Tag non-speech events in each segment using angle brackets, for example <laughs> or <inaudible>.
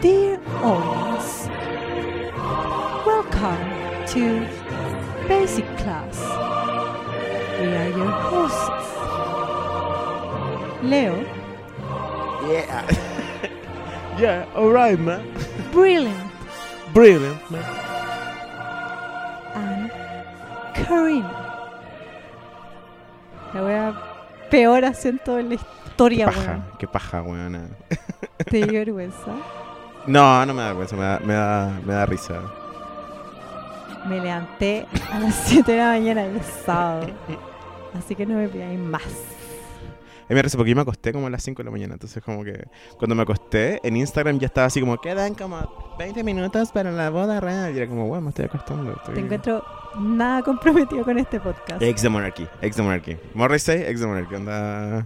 Dear audience, welcome to Basic Class. We are your hosts, Leo, Yeah. <laughs> yeah, alright, man. Brilliant, Brilliant, man. and Karina. La wea peor acento de la historia, Paja, weón. qué paja, weón. Te dio vergüenza. No, no me da vergüenza, me da, me da, me da risa. Me levanté a las <laughs> 7 de la mañana del Ah. sábado. Así que no me pidáis más. A mí me da risa porque yo me acosté como a las 5 de la mañana, entonces como que cuando me acosté en Instagram ya estaba así como, quedan como 20 minutos para la boda real. Y era como, weón, me estoy acostando. Estoy... Te encuentro nada comprometido con este podcast. Ex the Monarchy, ex the Monarchy. Morrissey, ex the Monarchy, onda...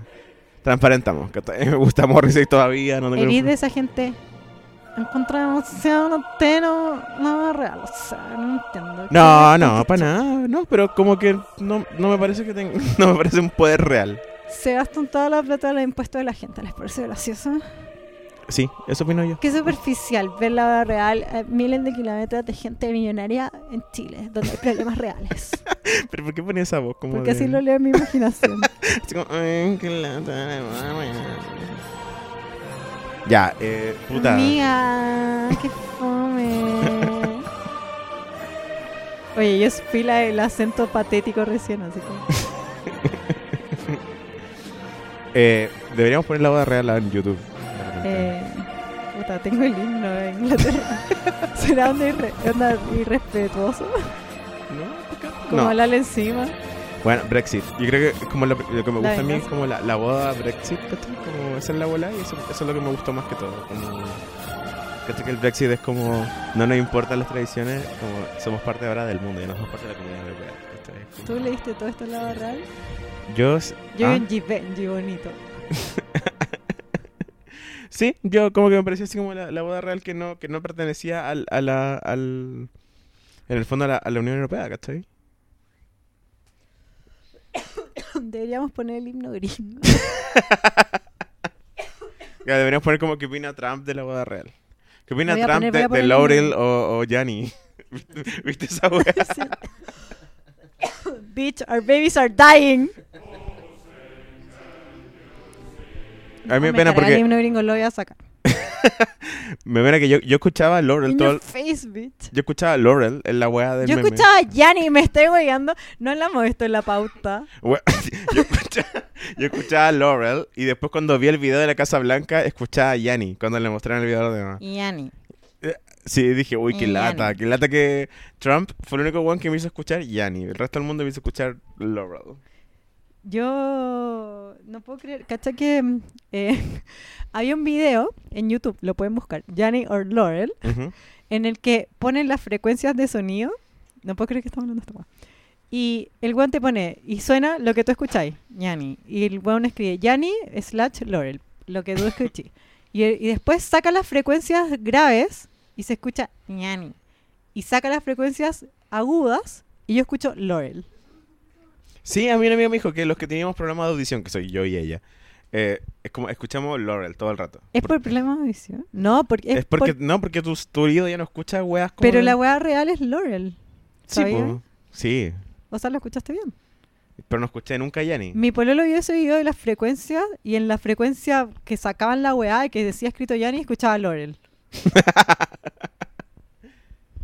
Transparentamos, que <laughs> me gusta Morrissey todavía, no tengo... Eres de esa gente. Encontramos demasiado anteno, nada real. O sea, no entiendo. No, ¿Qué- no, qué- para nada, no, pero como que no, no me parece que tenga, <laughs> no me parece un poder real. Se gastan toda la plata de los impuestos de la gente, ¿les parece gracioso? Sí, eso opino yo. Qué superficial ver la vida real a miles de kilómetros de gente millonaria en Chile, donde hay problemas reales. <laughs> <laughs> Pero ¿por qué ponía esa voz como Porque de- <laughs> así lo leo en mi imaginación. así como, "Ay, qué lata la mamá". Ya, eh, puta. Amiga, qué <laughs> fome. Oye, yo fui la- el acento patético recién, así como. Eh, deberíamos poner la boda real en YouTube. Eh, puta, tengo el himno de Inglaterra. <laughs> ¿Será onda, irre- onda irrespetuoso? ¿No? Como No. hablarle encima. Bueno, Brexit. Yo creo que es como lo, lo que me La gusta a mí es venganza. como la, la boda Brexit, ¿cachai? Como esa es la bola y eso, eso es lo que me gustó más que todo. Como, ¿cachai? Que el Brexit es como, no nos importan las tradiciones, como somos parte ahora del mundo, ya no somos parte de la comunidad europea. ¿cachai? ¿Tú leíste todo esto en la barra? Yo, Yo ¿Ah? en Givenchy, bonito. <laughs> sí, yo como que me pareció así como la, la boda real que no, que no pertenecía al, a la, al, en el fondo a la, a la Unión Europea, ¿cachai? Deberíamos poner el himno gringo. <laughs> Ya, deberíamos poner como que opina Trump de la boda real. ¿Qué opina Voy a Trump poner- voy a de, de poner- Laurel o, o Yanni? <laughs> ¿Viste esa wea? Sí. Bitch, our babies are dying. A mí me pena No, carga porque- El himno gringo lo voy a sacar. Me verá que yo, yo escuchaba a Laurel In todo your el- face, bitch. Yo escuchaba a Laurel en la wea del Yo meme. escuchaba a Yanni, me estoy hueando. No hablamos de esto en la pauta. <laughs> Wea- yo, escuchaba, yo escuchaba a Laurel y después cuando vi el video de la Casa Blanca escuchaba a Yanni cuando le mostraron el video de la Yanni. Sí, dije, uy, qué Y lata, Yanni. qué lata que Trump fue el único one que me hizo escuchar Yanni. El resto del mundo me hizo escuchar Laurel. Yo no puedo creer, cacha que mm, eh, <laughs> había un video en YouTube, lo pueden buscar, Yanni or Laurel, Ujú. en el que ponen las frecuencias de sonido. No puedo creer que estamos hablando de esta weá. Y el weón te pone, y suena lo que tú escucháis, Yanni. Y el weón escribe, Yanni slash Laurel, lo que tú escuchís. y, y después saca las frecuencias graves y se escucha Yanni. Y saca las frecuencias agudas y yo escucho Laurel. Sí, a mí un amigo me dijo que los que teníamos programas de audición, que soy yo y ella, eh, es como escuchamos Laurel todo el rato. ¿Es por problema de audición? No, porque... Es, es por- porque, no, porque tu, tu oído ya no escucha weas como... Pero la weá real es Laurel. Sí, ¿sabías? po. sí, O sea, lo escuchaste bien. pero no escuché nunca a Yanni. Mi pololo vio ese video de las frecuencias y en la frecuencia que sacaban la weá y que decía escrito Yanni, escuchaba <laughs> Laurel.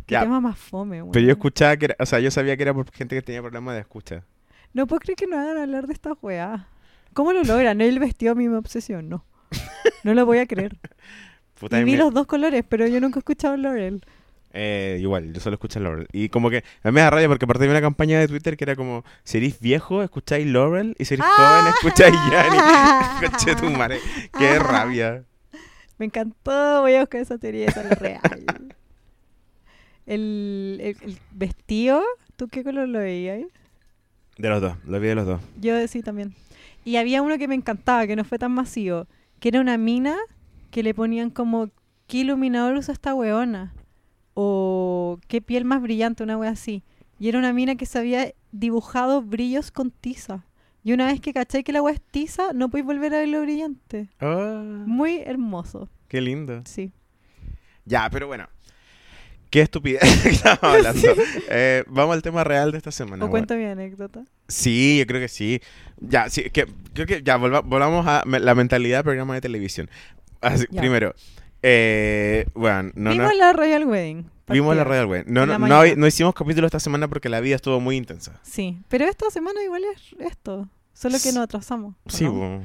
Qué Ya, tema más fome, weón. Pero yo escuchaba que era, o sea, yo sabía que era por gente que tenía problemas de escucha. No puedo creer que no hagan hablar de esta weá. ¿Cómo lo logran? El vestido a mí me obsesionó. No lo voy a creer. <laughs> Puta, Y a mí vi me- los dos colores, pero yo nunca he escuchado Laurel. eh, igual, yo solo escucho a Laurel. Y como que a mí me da rabia porque aparte de una campaña de Twitter que era como, si eres viejo, escucháis Laurel y si eres Ah. joven, escucháis Yanni. <laughs> Escuché tu madre. Qué rabia. Me encantó, voy a buscar esa teoría, esa es la real. El, el- el vestido, ¿tú qué color lo veías? De los dos, lo vi de los dos. Yo sí también. Y había uno que me encantaba, que no fue tan masivo, que era una mina que le ponían como, ¿qué iluminador usa esta weona? O, ¿qué piel más brillante? Una wea así. Y era una mina que se había dibujado brillos con tiza. Y una vez que caché que la wea es tiza, no podéis volver a verlo brillante. Ah, Muy hermoso, qué lindo. sí. Ya, pero bueno. Qué estupidez <laughs> que <laughs> estamos hablando. Eh, vamos al tema real de esta semana. o weón. cuento mi anécdota. Sí, yo creo que sí. Ya, sí, que, creo que ya volva- volvamos a me- la mentalidad del programa de televisión. Así, Ya. Primero, eh, bueno, no, no- Vimos la Royal Wedding. vimos la partida. Royal Wedding. No, en no, la no, mañana. hay- no hicimos capítulo esta semana porque la vida estuvo muy intensa. Sí, pero esta semana igual es esto. Solo que S- nos atrasamos. ¿o Sí, no? bueno.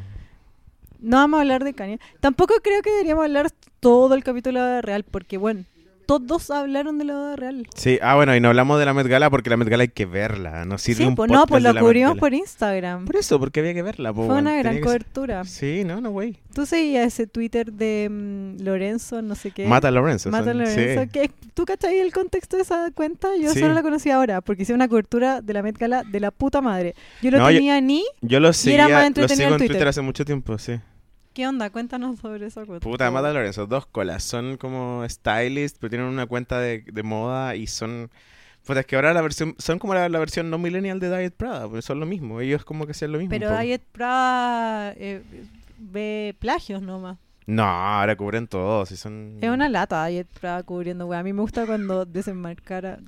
No vamos a hablar de Kanye. Tampoco creo que deberíamos hablar todo el capítulo de Real, porque bueno, todos hablaron de lo de Real. Sí, ah, bueno, y no hablamos de la Met Gala porque la Met Gala hay que verla. No sirve Sí, un pues no, podcast pues de la lo Met cubrimos Gala. por Instagram. Por eso, porque había que verla. po, Fue weón, una gran tenía que ser- cobertura. Sí, no, no, güey. Tú seguías ese Twitter de mm, Lorenzo, no sé qué. Mata a Lorenzo. Mata son- Lorenzo. sí. que- ¿Tú cachai el contexto de esa cuenta? Yo Sí. solo la conocí ahora, porque hice una cobertura de la Met Gala de la puta madre. Yo lo No, yo- tenía ni... Yo lo Y era más seguía, lo entretenido sigo en en Twitter. Twitter hace mucho tiempo, sí. ¿Qué onda? Cuéntanos sobre esa cuenta. Puta, Mata Lorenzo, dos colas. Son como stylist, pero tienen una cuenta de, de moda y son... Puta, es que ahora la versión... Son como la, la versión no millennial de Diet Prada, porque son lo mismo. Ellos como que hacían lo mismo. pues. un Pero poco. Diet Prada eh, ve plagios nomás. No, ahora cubren todos y son... Es una lata Diet Prada cubriendo, güey. A mí me gusta cuando desenmascara,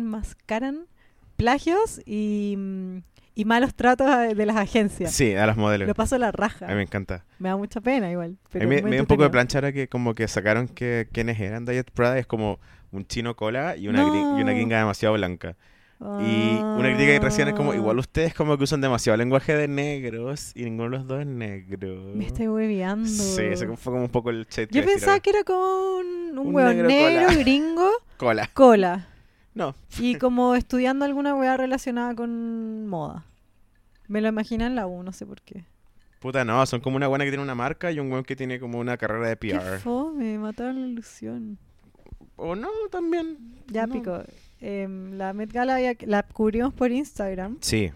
desenmascaran plagios y, mm, y malos tratos a- de las agencias. Sí, a las modelos. Lo paso la A raja. mí me encanta. Me da mucha pena igual. a Pero mí me- muy me dio un poco de entretenido. plancha ahora que como que sacaron que quienes eran Diet Prada y es como un chino cola y una, gri- y una No. gringa demasiado blanca. Y una crítica que recién es Ah. como, igual ustedes como que usan demasiado lenguaje de negros y ninguno de los dos es negro. Ah, Me estoy hueviando. Sí, ese como- fue como un poco el chat. Yo pensaba que era como un, un Un hueón negro negro, cola. gringo, Cola. cola. No. <laughs> Y como estudiando alguna hueá relacionada con moda. Me lo imaginé en la U, no sé por qué. Puta, no, son como una buena que tiene una marca y un weón que tiene como una carrera de Qué PR. fome, mataron la ilusión. O no, también. Ya, No. pico. Em, la Met Gala ya- la cubrimos por Instagram. Sí.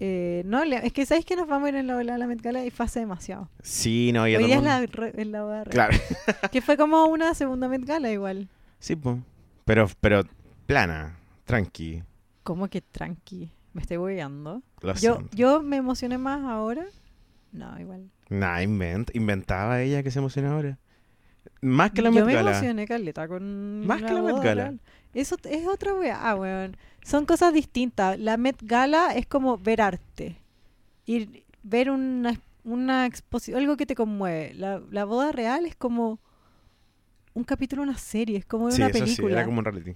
Eh, no, le- es que sabéis que nos vamos a ir en la ola de la Met Gala y fue hace demasiado. Sí, no, y a Hoy todo día es el la, mundo- re- es la ola de- <laughs> Claro. Que fue como una segunda Met Gala igual. Sí, pues. Pero, pero plana, tranqui. Como que tranqui. Me estoy hueveando. Lo Yo, siento. yo me emocioné más ahora. No, igual. Nah, invent, inventaba ella que se emociona ahora. Más que la yo Met me Gala. emocioné caleta con. Más que la Met boda Gala. real. Eso t- es otra weá, ah, weón. Son cosas distintas. La Met Gala es como ver arte. Ir, ver una, una exposición, algo que te conmueve. La, la boda real es como un capítulo de una serie, es como de Sí, una eso sí, película. era como un <laughs> reality.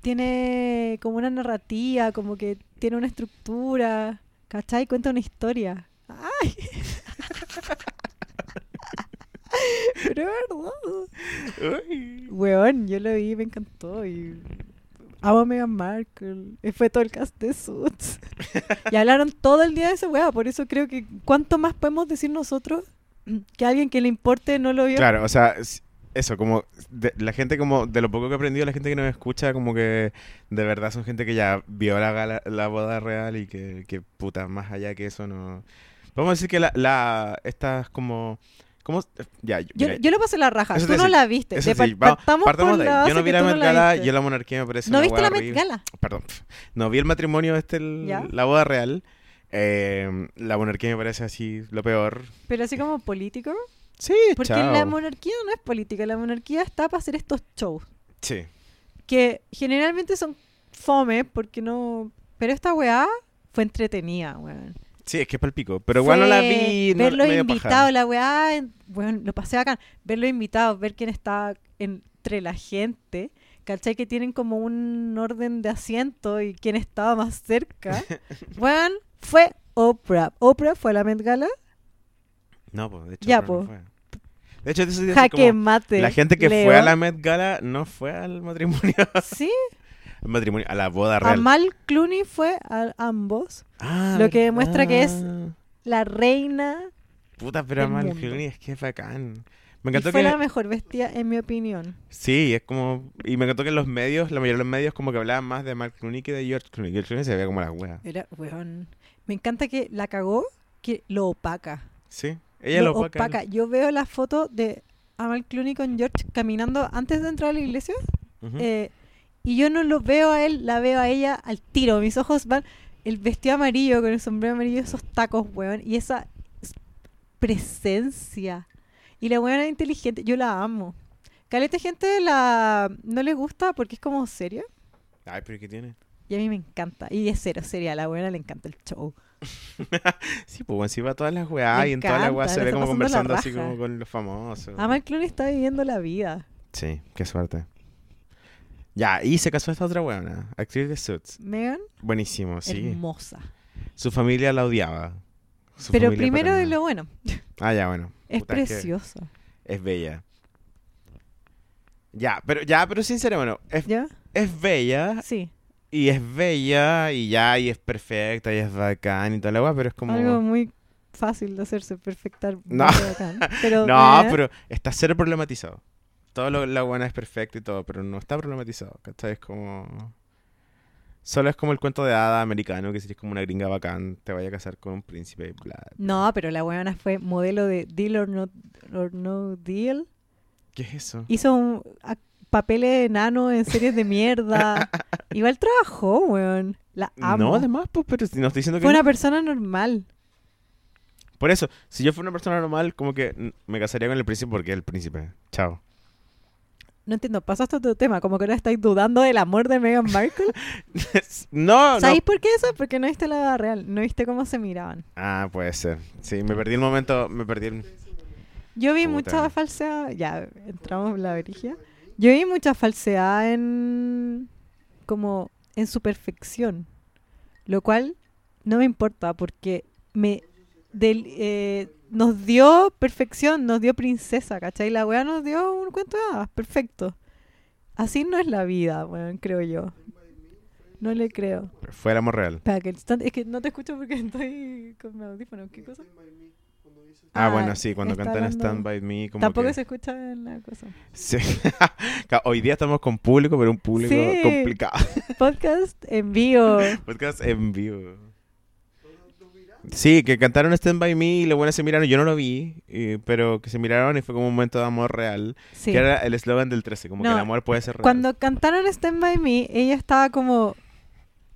Tiene como una narrativa, como que tiene una estructura. ¿Cachai? Cuenta una historia. ¡Ay! <laughs> Pero es verdad. Uy. Weón, yo lo vi, me encantó y amo a Meghan Markle. Y Fue todo el cast <laughs> de Suits. y hablaron todo el día de ese weá, por eso creo que cuánto más podemos decir nosotros que alguien que le importe no lo vio. Claro, o sea, s- eso, como de- la gente como, de lo poco que he aprendido, la gente que nos escucha, como que de verdad son gente que ya vio la, gala- la boda real y que, que puta, más allá que eso no... Vamos a decir que la, la estas como... ¿Cómo? eh, Ya, yo- Yo, mira, yo lo pasé la raja, Eso tú te no decía- la viste. eso Te sí, par- vamos- partamos partamos por de ahí. la base Yo no vi que la tú Met no Gala, viste. yo la monarquía me parece ¿No una viste hueá la Met horrible. Gala? Perdón, pf, no vi el matrimonio, este, el- ¿Ya? la boda real. Eh, la monarquía me parece así lo peor. Pero así como político, Sí, porque chao. la monarquía no es política, la monarquía está para hacer estos shows. Sí. que generalmente son fome porque no pero esta weá fue entretenida weón Sí, es que es palpico. Pero igual no la Fue vi. No, ver los medio paja. invitados la weá en- weón, lo pasé acá ver los invitados ver quién está entre la gente ¿Cachai? Que tienen como un orden de asiento y quién estaba más cerca. <laughs> Weón, fue Oprah. Oprah fue a la Met Gala. No, pues, de hecho. Ya, pero no po. fue. De hecho, eso sí es Jaque como, mate. la gente que Leo. fue a la Met Gala no fue al <laughs> matrimonio. <laughs> Sí, al matrimonio, a la boda real. Amal Clooney fue a ambos. Ah, lo que demuestra que es- verdad. La reina ah. Puta, pero del Amal mundo. Clooney es que es bacán. Me y encantó fue que. la mejor vestida, en mi opinión. Sí, es como. Y me encantó que en los medios, la mayoría de los medios, como que hablaban más de Amal Clooney que de George Clooney. George Clooney se veía como la wea. Era, weón. Me encanta que la cagó, que lo opaca. Sí. Ella lo opaca. Yo veo la foto de Amal Clooney con George caminando antes de entrar a la iglesia Ujú. eh, y yo no lo veo a él, la veo a ella al tiro. Mis ojos van. El vestido amarillo con el sombrero amarillo, esos tacos, weón. Y esa s- presencia. Y la weona es inteligente, yo la amo. Caleta gente la no le gusta porque es como seria. Ay, pero ¿qué tiene? Y a mí me encanta. Y es cero seria. A la buena le encanta el show. Sí, pues encima de todas las weas Me y en todas las encanta, weas se le ve está como conversando pasando la así raja. Ah, como con los famosos. Ama el clone está viviendo la vida. Sí, qué suerte. Ya, y se casó esta otra weona, actriz de Suits. Megan, Buenísimo, sí. hermosa. Su familia la odiaba. Su Pero familia primero de paterna. lo bueno. Ah, ya, bueno. Es Puta, que preciosa. Es bella. Ya, pero ya, pero sincero, bueno, es, ¿Ya? es bella Sí. y es bella y ya, y es perfecta y es bacán y toda la wea, pero es como... Algo muy fácil de hacerse perfectar. <laughs> No. muy bacán. Pero, No, eh, pero está cero problematizado. Todo lo, la buena es perfecta y todo, pero no está problematizado. ¿Cachai? Es como. Solo es como el cuento de hada americano que si eres como una gringa bacán, te vaya a casar con un príncipe y bla. No, pero la weona fue modelo de Deal or No, or no Deal. ¿Qué es eso? Hizo un, a- papeles de enano en series de <laughs> mierda. Igual trabajó, weón. La No, amo. además, pues, pero si no estoy diciendo que. fue no. una persona normal. Por eso, si yo fuera una persona normal, como que mm, me casaría con el príncipe porque es el príncipe. Chao. <laughs> No entiendo, pasaste a otro tema, como que ahora estáis dudando del amor de Meghan <laughs> Markle. no, no. ¿Sabéis por qué eso? Porque no viste la vida real, no viste cómo se miraban. Ah, puede ser. Sí, me perdí el momento. Me perdí el. Yo vi Puta. mucha falsedad, ya entramos en la verigia. Yo vi mucha falsedad en como en su perfección, lo cual no me importa porque me del, eh, nos dio perfección, nos dio princesa, ¿cachai? La weá nos dio un cuento de hadas, perfecto. Así no es la vida, weón, creo yo. No le creo. Fue el amor real. Espera, que el stand- es que no te escucho porque <laughs> estoy con mi audífono. ¿Qué cosa? Ah, Ah, bueno, sí, cuando está cantan hablando- Stand By Me. Como Tampoco que... se escucha en la cosa. Sí. <laughs> Ca- Hoy día estamos con público, pero un público Sí. complicado. <laughs> Podcast en vivo. Podcast en vivo. Sí, que cantaron Stand By Me y lo bueno se miraron, yo no lo vi, eh, pero que se miraron y fue como un momento de amor real, Sí. que era el eslogan del 13, como que No, el amor puede ser real. Cuando cantaron Stand By Me, ella estaba como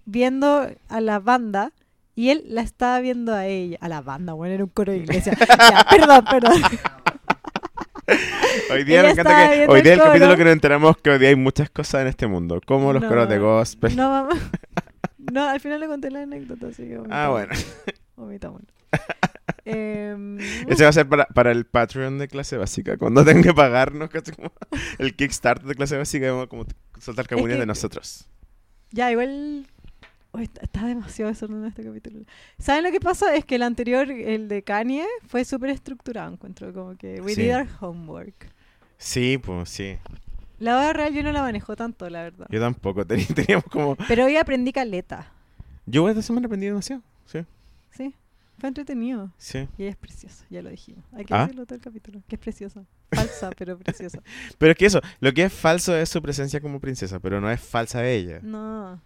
viendo a la banda y él la estaba viendo a ella. A la banda, bueno, era un coro de iglesia. <laughs> Ya, perdón, perdón. Hoy día me ella encanta estaba que viendo hoy día el el capítulo coro. que nos enteramos que hoy día hay muchas cosas en este mundo, como los No, coros de gospel. No, mamá. No, al final le conté la anécdota, así que ah, bueno. Vomitamos. <laughs> Em, Ese va a ser para, para el Patreon de clase básica, cuando tengan que pagarnos, casi como <laughs> el Kickstarter de clase básica, vamos como soltar cabuñas que- de nosotros. Ya, igual. Uy, está, está demasiado desordenado este capítulo. ¿Saben lo que pasa? Es que el anterior, el de Kanye, fue súper estructurado, encuentro. Como que we Sí. did our homework. Sí, pues sí. La hora real yo no la manejo tanto, la verdad. Yo tampoco. Teni- <laughs> Teníamos como. Pero hoy aprendí caleta, Yo esta semana aprendí demasiado. Sí, ¿sí? Fue entretenido. sí. Y ella es preciosa, ya lo dijimos. Hay que ¿Ah? decirlo todo el capítulo, que es preciosa. Falsa, <laughs> pero preciosa. Pero es que eso, lo que es falso es su presencia como princesa, pero no es falsa ella. Mm. No,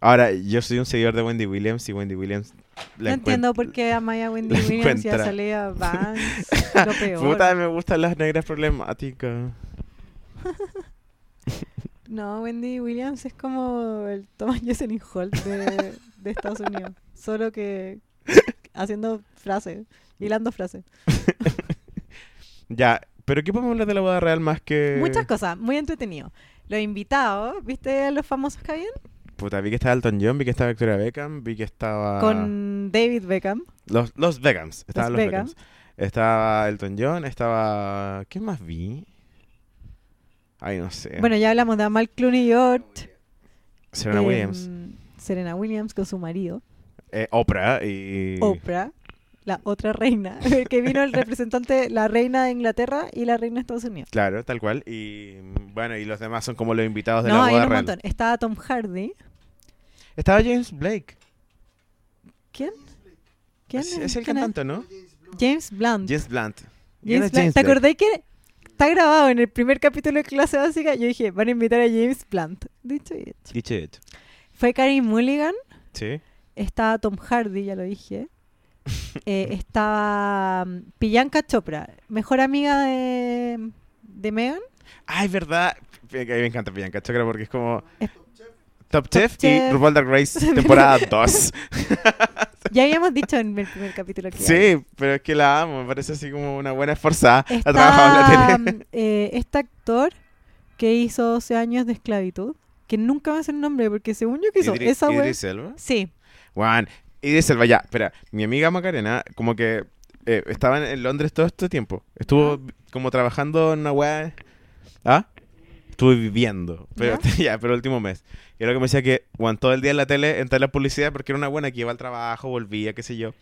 Ahora, yo soy un seguidor de Wendy Williams y Wendy Williams. no La <laughs> entiendo por qué a Maya Wendy la Williams y a encuentra. Salea Vance, <laughs> lo peor. Puta, me gustan las negras problemáticas. No, Wendy Williams es como el Thomas <laughs> Jocelyn Holt de, de Estados Unidos. Solo que haciendo frases, hilando frases. Ya, pero ¿qué podemos hablar de la boda real más que. Muchas cosas, muy entretenido. Los invitados, ¿viste a los famosos que habían? Puta, vi que estaba Elton John, vi que estaba Victoria Beckham, vi que estaba. Con David Beckham. Los, los Beckhams. Estaban los, Beckham. Beckhams. Estaba Elton John, estaba. ¿Qué más vi? Ay, no sé. Bueno, ya hablamos de Amal Clooney George. Serena em, Williams. Serena Williams con su marido. Eh, Oprah y. Oprah, la otra reina. <laughs> que vino el representante, la reina de Inglaterra y la reina de Estados Unidos. Claro, tal cual. Y mm, bueno, y los demás son como los invitados de No, la hay boda un real. montón. Estaba Tom Hardy. Estaba James Blake. ¿Quién? ¿Quién es, es el quién cantante, ¿no? James Blunt. James Blunt. ¿Y era James Blunt. ¿Te Blake? acordás que está grabado en el primer capítulo de clase básica? Yo dije, van a invitar a James Blunt. Dicho y hecho. Dicho y hecho. Fue Carrie Mulligan, Sí. estaba Tom Hardy, ya <laughs> lo dije. Eh, estaba mm, Priyanka Chopra, mejor amiga de, de Megan. Ay, verdad. Fíjate que A mí me encanta Bianca Chakra porque es como. Es- Top Chef, y Chef. <laughs> RuPaul Dark Race, temporada 2. Ya habíamos dicho en el primer capítulo que Sí, pero es que la amo, me parece así como una buena esforzada. Está, Ha trabajado en la <laughs> tele. mm, eh, este actor que hizo 12 años de esclavitud, que nunca va a ser nombre, porque según yo que hizo Idri- esa web. Idris Elba. Sí, Juan, Idris Elba, ya, espera, mi amiga Macarena, como que eh, estaba en- en Londres todo este tiempo. Estuvo Ah. vi- como trabajando en una weá. ¿Ah? Estuve viviendo, pero <laughs> ya, pero el último mes. Y era lo que me decía que, Juan, todo el día en la tele, en toda la publicidad, porque era una buena que iba al trabajo, volvía, qué sé yo.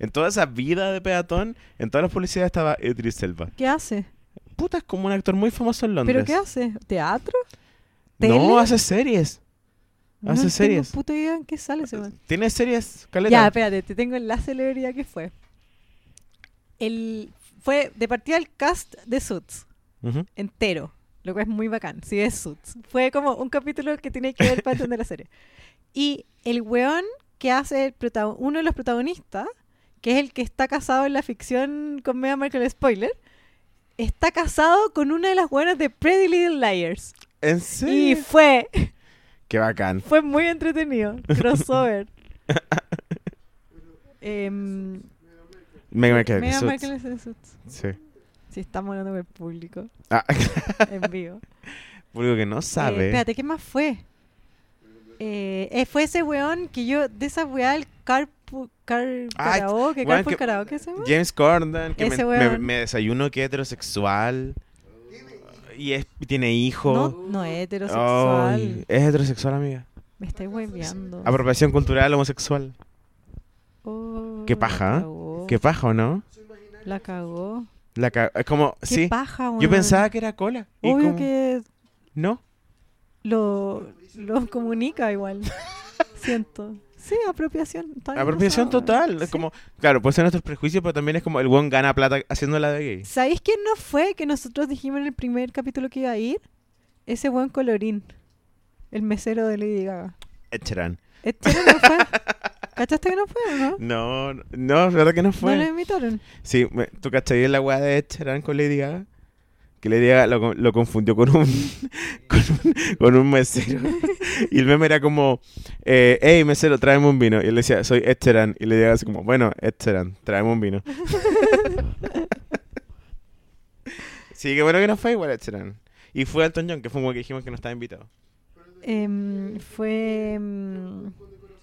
En toda esa vida de peatón, en todas las publicidades estaba Idris Elba. ¿qué hace? Puta, es como un actor muy famoso en Londres. ¿Pero qué hace? ¿Teatro? No, ¿Tele? hace series. Hace no series. Tengo puta idea en qué sale ese man. Tiene series, caleta. Ya, espérate, te tengo la celebridad que fue. El, fue de partida el cast de Suits, Ujú. entero, lo cual es muy bacán, si es Suits. Fue como un capítulo que tiene que ver para entender la serie. Y el weón que hace el prota- uno de los protagonistas, que es el que está casado en la ficción con Meghan Markle, spoiler, está casado con una de las buenas de Pretty Little Liars. ¿En Y serio? fue Qué bacán. <laughs> Fue muy entretenido. Crossover. <laughs> Em, eh, Meghan Markle. Meghan Suits. Markle es en Suits. Sí. Sí, estamos hablando con <laughs> el público Ah, en vivo. público que no Eh, sabe. espérate, ¿qué más fue? Eh, eh, fue ese weón que yo, de esa weá del carpool car, Ay, karaoke, weón, carpool que- karaoke se llama. James Corden, que me, Ese me- weón. me desayuno que heterosexual. Y es, y tiene hijo. No, no es heterosexual. Ay, Ah, es heterosexual, amiga. Me estáis hueveando. Apropiación cultural homosexual. Oh, qué paja, La ¿eh? cagó. Qué paja, ¿o no? La cagó. La ca- es como, Qué sí. paja, Yo weón. pensaba que era cola. Y Obvio como, que No. lo, lo comunica <laughs> igual. Siento. Sí, apropiación. está bien Apropiación usado. total. Es Sí. como, claro, puede ser nuestros prejuicios, pero también es como el weón gana plata haciéndola de gay. ¿Sabéis quién no fue que nosotros dijimos en el primer capítulo que iba a ir? Ese buen colorín. El mesero de Lady Gaga. Ed Sheeran. Este <laughs> no fue. ¿Cachaste que no fue o no? No, no, no, es verdad que no fue. No lo invitaron. Sí, me- ¿tú cachai la weá de Ed Sheeran con Lady Gaga? Que Lady Gaga lo, con- lo confundió con un, <laughs> con un con un <laughs> mesero. Y el meme era como, eh, hey mesero, tráeme un vino. Y él decía, soy Ed Sheeran. Y Lady Gaga así como, bueno, Ed Sheeran, tráeme un <laughs> vino. sí, que bueno que no fue igual Ed Sheeran. Y fue Elton John, que fue un weón que dijimos que no estaba invitado. Em, fue. em,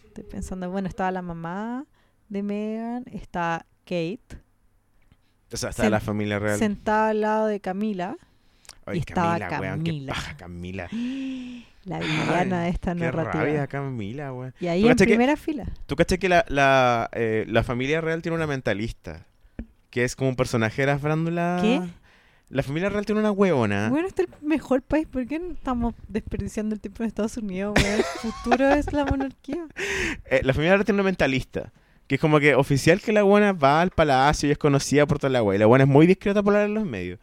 estoy pensando, bueno, estaba la mamá de Megan, está Kate, O sea, estaba Sen- la familia real. sentada al lado de Camila. <gasps> Ay, y estaba weón, qué Camila. paja, Camila. La Ay, villana de esta Qué narrativa. rabia, Camila, weón. Y ahí ¿Tú en cachai que- primera fila. ¿Tú caché que la, la, eh, la familia real tiene una mentalista? Que es como un personaje de la frándula. ¿Qué? La familia real tiene una huevona. Bueno, este es el mejor país. ¿Por qué no estamos desperdiciando el tiempo en Estados Unidos? weón? El futuro es <laughs> la monarquía. Eh, la familia real tiene una mentalista. Que es como que oficial que la buena va al palacio y es conocida por toda la hueá. Y la buena es muy discreta por hablar en los medios.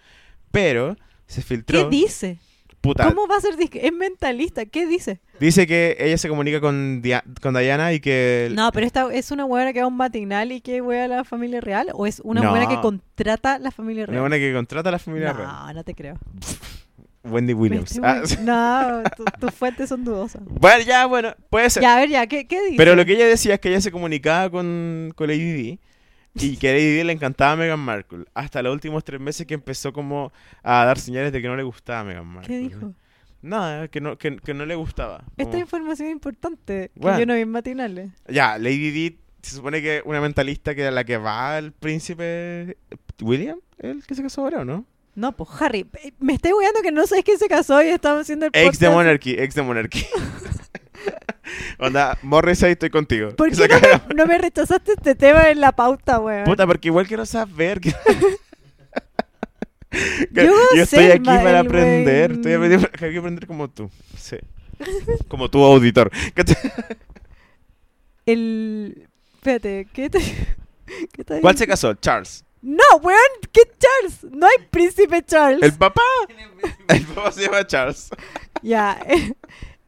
Pero se ¿Qué filtró. dice? puta, ¿Cómo va a ser disque? Es mentalista. ¿Qué dice? Dice que ella se comunica con, Dia- con Diana y que. el- No, pero esta es una huevona que va a un matinal y que hueá a la familia real. ¿O es una No. huevona que contrata a la familia Una real? buena que contrata a la familia real. No, no te creo. Wendy Williams. Me Ah, <laughs> estoy- No, tu- tus fuentes son dudosas. bueno, ya, bueno, puede ser. Ya, a ver, ya, ¿qué, qué dice? Pero lo que ella decía es que ella se comunicaba con, con Lady Di y que a Lady Di le encantaba a Meghan Markle. Hasta los últimos tres meses que empezó como a dar señales de que no le gustaba a Meghan Markle. ¿Qué dijo? Este Nada, que no, que, que no le gustaba. Como- Esta información es importante. Que Bueno. yo no vi en matinales. Ya, Lady Di se supone que una mentalista que a la que va el príncipe William, el que se casó ahora, ¿o no? No, pues Harry, pe- me estoy weando que no sabes quién se casó y estamos haciendo el Ex podcast. de Monarchy, ex de <laughs> Monarchy. Onda, Morrissey, estoy contigo. ¿Por Que qué se no acaba- me, no me rechazaste este tema en la pauta, weón? Puta, porque igual quiero saber. <laughs> que- Que- Yo yo voy a estoy ser aquí ma- para el aprender. buen- Estoy aprendiendo, hay que aprender como tú. Sí. Como tu auditor. <laughs> ¿Cachai? El... Espérate, ¿qué te... <laughs> ¿Qué te ¿Cuál se casó? Charles. No, weón, ¿qué Charles? No hay príncipe Charles. ¿El papá? El papá se llama Charles. Ya, <laughs> eh,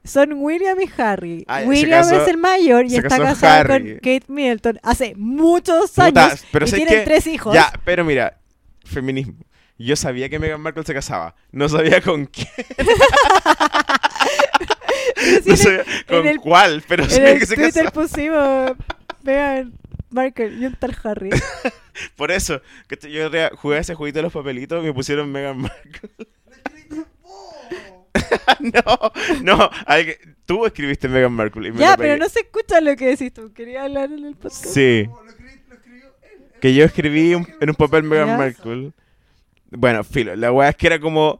son William y Harry. Ah, se William casó- es el mayor y se está casó casado con Harry. Kate Middleton hace muchos Puta, años pero y sé tienen que- tres hijos. <laughs> Ya, pero mira, feminismo. Yo sabía que Meghan Markle se casaba. No sabía con quién. Entonces, No en el- sabía con el- cuál, pero en sabía el que se Twitter casaba. pusimos, vean, Marker y un tal Harry. Por eso, que te- yo re- jugué a ese jueguito de los papelitos y me pusieron Mega Markle. <laughs> no, no, alguien- tú escribiste Megan Markle y me ya, lo pero pegué. no se escucha lo que decís tú. Quería hablar en el podcast. Sí. Que yo escribí un- en un papel Ya. Megan Markle. Bueno, filo, la weá es que era como.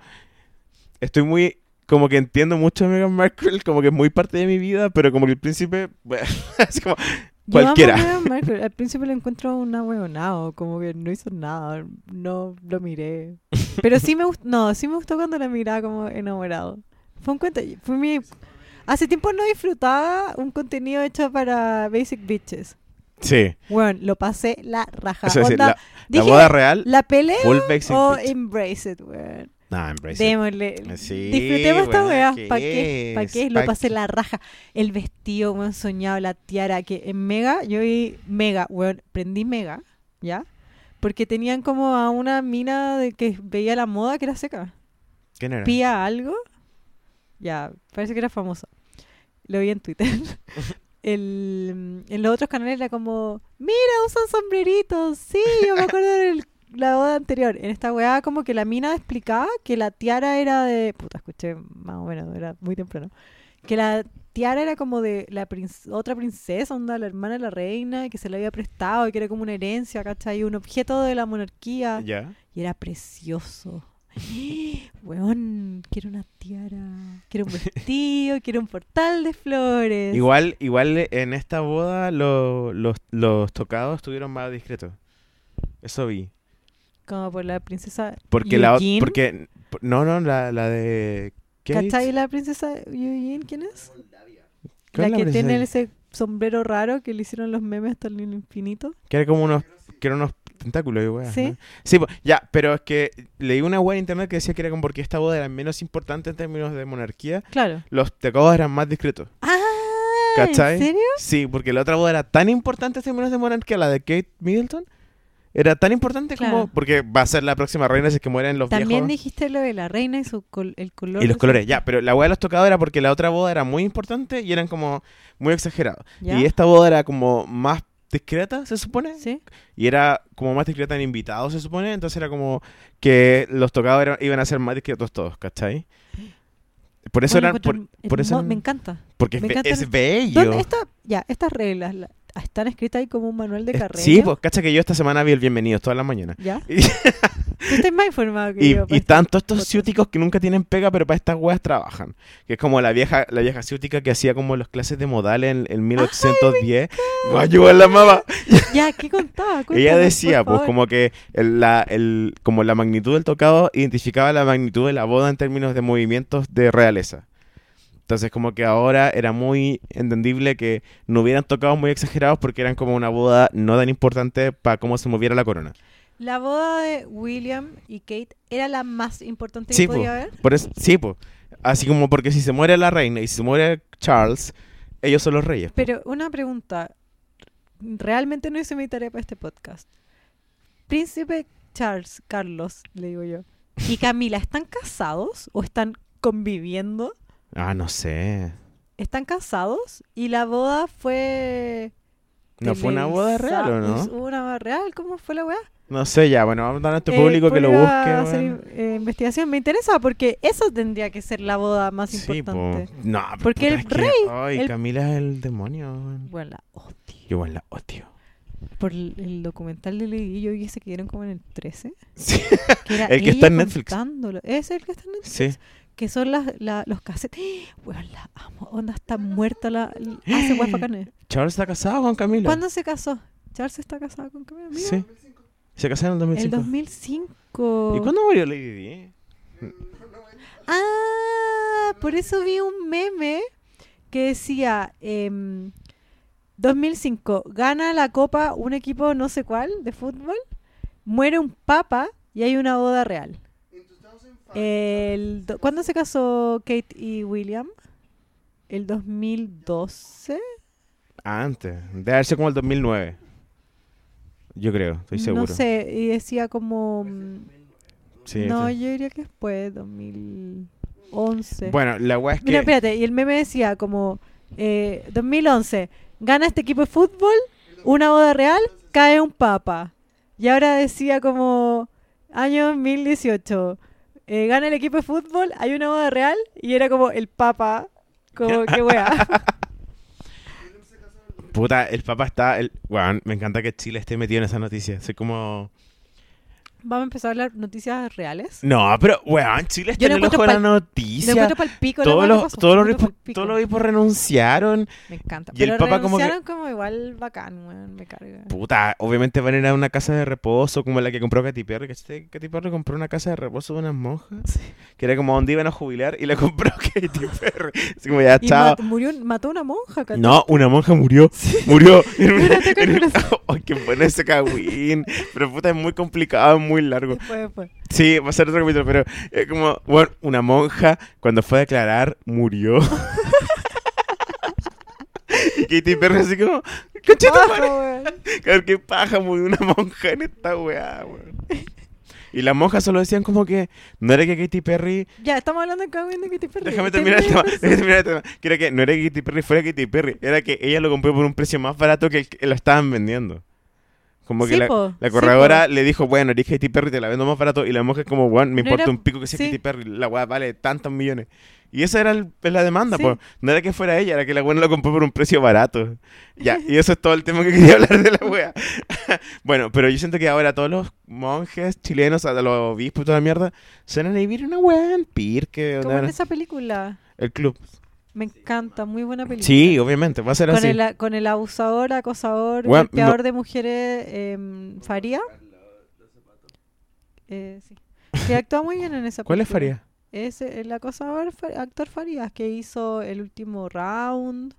Estoy muy. Como que entiendo mucho a Megan Markle, como que es muy parte de mi vida, pero como que el príncipe. Bueno, <laughs> es como. Yo amo a Cualquiera. Meghan <laughs> Markle. Al principio lo encuentro una huevonao, como que no hizo nada, no lo miré. Pero sí me gustó, no, sí me gustó cuando la miraba como enamorado. Fue un cuento, fue mi... Hace tiempo no disfrutaba un contenido hecho para Basic Bitches. Sí. Bueno, lo pasé la raja. Eso es decir, Onda, la, la dije, boda real. ¿la peleo Full basic. o em bitch. embrace it, weón? Nah, embrace it. Démosle. Eh, Sí, Disfrutemos esta weón, weá. ¿qué ¿Para qué? ¿Para es? qué? Lo ¿Pa' pasé qué? la raja. El vestido, weón, soñado, la tiara. Que en Mega, yo vi Mega, weón, prendí Mega, ¿ya? Porque tenían como a una mina de que veía la moda que era seca. ¿Quién era? Pía algo. Ya, parece que era famosa. Lo vi en Twitter. El, mm, en los otros canales era como, mira, usan sombreritos. Sí, yo me acuerdo de la boda anterior. En esta weá como que la mina explicaba que la tiara era de... Puta, escuché más o menos, era muy temprano. Que la tiara era como de la princ- otra princesa, onda, la hermana de la reina, que se la había prestado y que era como una herencia, ¿cachai? Un objeto de la monarquía. Ya. Y era precioso. <gasps> Weón, quiero una tiara, quiero un vestido, <laughs> quiero un portal de flores. Igual, igual en esta boda lo- los, los tocados estuvieron más discretos. Eso vi. Como por la princesa. Porque la otra. Eugene. Porque. No, no, la, la de. Kate. ¿Cachai la princesa Eugene? ¿Quién es? ¿Cuál La es que princesa? tiene ese sombrero raro que le hicieron los memes hasta el infinito. Que era como unos. Que eran unos tentáculos y weas, Sí. ¿no? Sí, po- ya, pero es que leí una web en internet que decía que era como porque esta boda era menos importante en términos de monarquía, Claro. los tocados eran más discretos. Ah, ¿Cachai? ¿en serio? Sí, porque la otra boda era tan importante en términos de monarquía, la de Kate Middleton. Era tan importante como. Claro. Porque va a ser la próxima reina, si es que mueren los También viejos. dijiste lo de la reina y su col- el color. Y de los su- colores, ya, pero la boda de los tocados era porque la otra boda era muy importante y eran como muy exagerados. ¿Ya? Y esta boda era como más discreta, se supone. ¿Sí? Y era como más discreta en invitados, se supone. Entonces era como que los tocados eran- iban a ser más discretos todos, ¿cachai? Por eso Bueno, eran. encuentro Por, hermo- por eso eran- Me encanta. porque es, me be- encanta es el- bello. ¿Dónde está- ya, estas reglas la- están escritas ahí como un manual de Es- carrera. sí, pues, cacha que yo esta semana vi el Bienvenidos todas las mañanas. ¿Ya? <laughs> Y- Tú estás más informado que Y, yo. y pues. están todos estos podcast. ciúticos que nunca tienen pega, pero para estas weas trabajan. Que es como la vieja, la vieja ciútica que hacía como las clases de modales en, en 1810. ¡Me ayuda la mamá! <laughs> Ya, ¿qué <laughs> contaba? Ella Cuéntame, decía, por pues, favor. como que el- la, el- como la magnitud del tocado identificaba la magnitud de la boda en términos de movimientos de realeza. Entonces, como que ahora era muy entendible que no hubieran tocados muy exagerados porque eran como una boda no tan importante para cómo se moviera la corona. La boda de William y Kate era la más importante Sí, que podía po. haber. Por eso, sí, pues. Así como porque si se muere la reina y si se muere Charles, ellos son los reyes. po. Pero una pregunta. Realmente no hice mi tarea para este podcast. Príncipe Charles, Carlos, le digo yo. ¿Y Camila están casados o están conviviendo? Ah, no sé. ¿Están casados? ¿Y la boda fue... ¿No fue una boda televisa- real o no? ¿Hubo una boda real? ¿Cómo fue la weá? No sé, ya. Bueno, vamos a dar a nuestro Eh, público que lo busque. ponle a hacer weón. in- eh, investigación. Me interesa porque eso tendría que ser la boda más Sí, po. importante. No, pero Porque puta, el es que- rey, Ay, el- Camila es el demonio. weón. Bueno, la odio. Yo, bueno, la odio. Por el, el documental de Lady Gaga y ese que dieron como en el 13. Sí. <laughs> Que era El que ella está en Netflix. contándolo. Ese es el que está en Netflix. sí. Que son las, la- los cassettes. <gasps> Bueno, la amo. Onda está muerta la. la- Hace <gasps> guapa carne. Charles está casado con Camila. ¿Cuándo se casó? Charles está casado con Camila. Mira, Sí. Se casaron en El 2005. 2005. ¿Y cuándo murió Lady Di? Ah, por eso vi un meme que decía em, 2005 gana la copa un equipo no sé cuál de fútbol, muere un papa y hay una boda real. El do- ¿Cuándo se casó Kate y William? El 2012. Antes. Debe haber sido como el 2009. Yo creo, estoy seguro. No sé, y decía como mm, Sí, no, estoy- yo diría que después 2011. Bueno, la weá es que. Mira, espérate, y el meme decía como eh, 2011, gana este equipo de fútbol una boda real, cae un papa. Y ahora decía como año 2018, eh, gana el equipo de fútbol, hay una boda real y era como el papa. Como, <laughs> qué weá. Puta, el papa está. El... Weón, me encanta que Chile esté metido en esa noticia. Soy como. Vamos a empezar a hablar noticias reales. No, pero, weón, Chile está Yo lo en el ojo encuentro de la pal- Lo noticia. encuentro pa'l pico, la Todos weá que los, pasó, todos, los, lo encuentro repu- pa'l pico. todos los hipos renunciaron. Me encanta. Y el Pero Papa como que- renunciaron como, igual bacán, weón, me carga. Puta, obviamente van a ir a una casa de reposo como la que compró Katy Perry. ¿Cachai? Katy Perry compró una casa de reposo de unas monjas. Sí. Que era como donde iban a jubilar y la compró <laughs> Katy Perry. Así como ya, Y chao. mat- murió, mató a una monja, ¿cachai? No, una monja murió. Murió. en una- <laughs> Espérate, con en una- corazón. <laughs> Ay, qué bueno ese cagüín. Pero puta, es muy complicado, es muy largo. <laughs> Después, después. Sí, va a ser otro capítulo, pero es como, bueno, una monja cuando fue a declarar murió. <laughs> y Katy Perry así como, conchito, Bajo, weón. qué paja murió una monja en esta weá, weón. Y las monjas solo decían como que no era que Katy Perry. Ya, estamos hablando de Cagüín de Katy Perry. Déjame Te terminar el tema. <laughs> mereces. Déjame terminar el tema. Que era que no era que Katy Perry fuera Katy Perry. Era que ella lo compró por un precio más barato que el que la estaban vendiendo. Como que Sí, la, po, la sí, corredora le dijo, bueno, eres Katy Perry, te la vendo más barato. Y la monja es como, bueno, me No importa era- un pico que sea sí. Katy Perry. La weá vale tantos millones. Y esa era el- es la demanda, Sí. po. No era que fuera ella, era que la weá lo compró por un precio barato. Ya, y eso es todo el tema que quería hablar de la weá. <laughs> bueno, pero yo siento que ahora todos los monjes chilenos, a los obispos y toda la mierda, se van a vivir una weá en Pir, que Como en esa película. el club. Me encanta, muy buena película. Sí, obviamente, va a ser Con así. el, a- con el abusador, acosador, Weón, golpeador no- de mujeres em, Faría. Eh, sí. Que actúa muy bien en esa ¿Cuál es película. Faría? Es el acosador, Fa- actor Farías, que hizo el último round.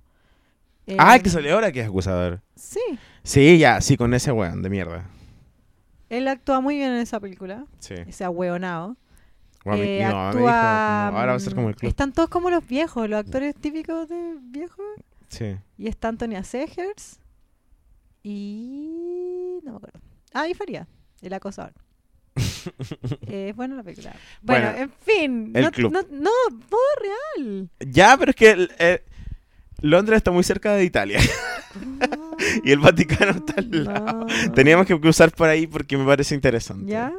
Ah, el em, que salió ahora que es acusador. Sí, Sí, ya, sí, con ese weón de mierda. él actúa muy bien en esa película. Sí. Ese ahueonado. Guau, mi- Eh, mi mamá me dijo, actúa, como, ahora va a ser como el mm, club. Están todos como los viejos, los actores típicos de viejos. Sí. Y está Antonia Segers. Y. No me acuerdo. Ah, y Faría, <laughs> el acosador. Eh, es buena la película. Bueno, Bueno, en fin. el no, club. No, no, boda real. Ya, pero es que el- eh, Londres está muy cerca de Italia. <laughs> <laughs> Y el Vaticano está al lado. No. Teníamos que cruzar por ahí porque me parece interesante. ¿Ya?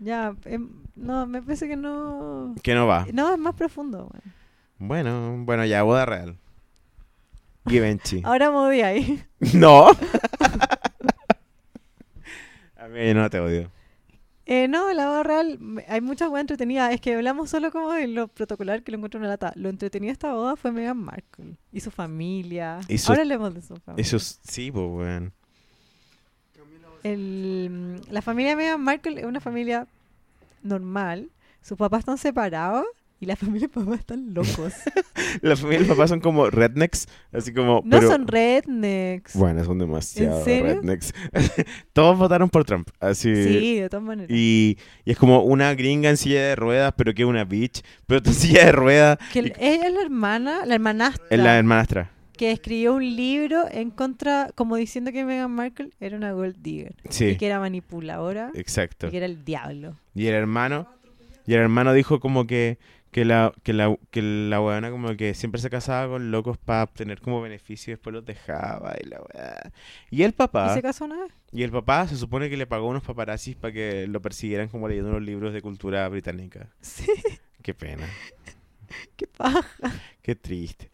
Ya. em, no, me parece que no. Que no va. Eh, No, es más profundo. weón. Bueno, bueno, ya, boda real. <laughs> Givenchy. Ahora me odia ahí. <laughs> no. <laughs> A mí no te odio. Eh, no, la boda real, me- hay muchas bodas entretenidas. Es que hablamos solo como de lo protocolar que lo encuentro en una lata. Lo entretenido de esta boda fue Meghan Markle y su familia. Y su- Ahora hablemos de su familia. Eso es- sí, pues, weón. El- mm, la familia de Meghan Markle es una familia normal. Sus papás están separados y la <laughs> familia de papá están <laughs> locos. La familia del papá son como rednecks, así como... no pero- son rednecks. Bueno, son demasiado serio? rednecks. <laughs> Todos votaron por Trump, así... sí, de todas maneras. Y, y es como una gringa en silla de ruedas, pero que es una bitch, pero está en <laughs> silla de ruedas. Que el- ella es la hermana, la hermanastra, Es la hermanastra. que escribió un libro en contra, como diciendo que Meghan Markle era una gold digger. Sí, Y que era manipuladora. exacto. Y que era el diablo. Y el hermano... Y el hermano dijo como que, que la que la, que la weona como que siempre se casaba con locos para obtener como beneficio y después los dejaba y la weá. Y el papá... ¿Y se casó una vez? <laughs> Y el papá se supone que le pagó unos paparazzis para que lo persiguieran como leyendo unos libros de cultura británica. Sí, Qué pena. qué paja. Qué triste.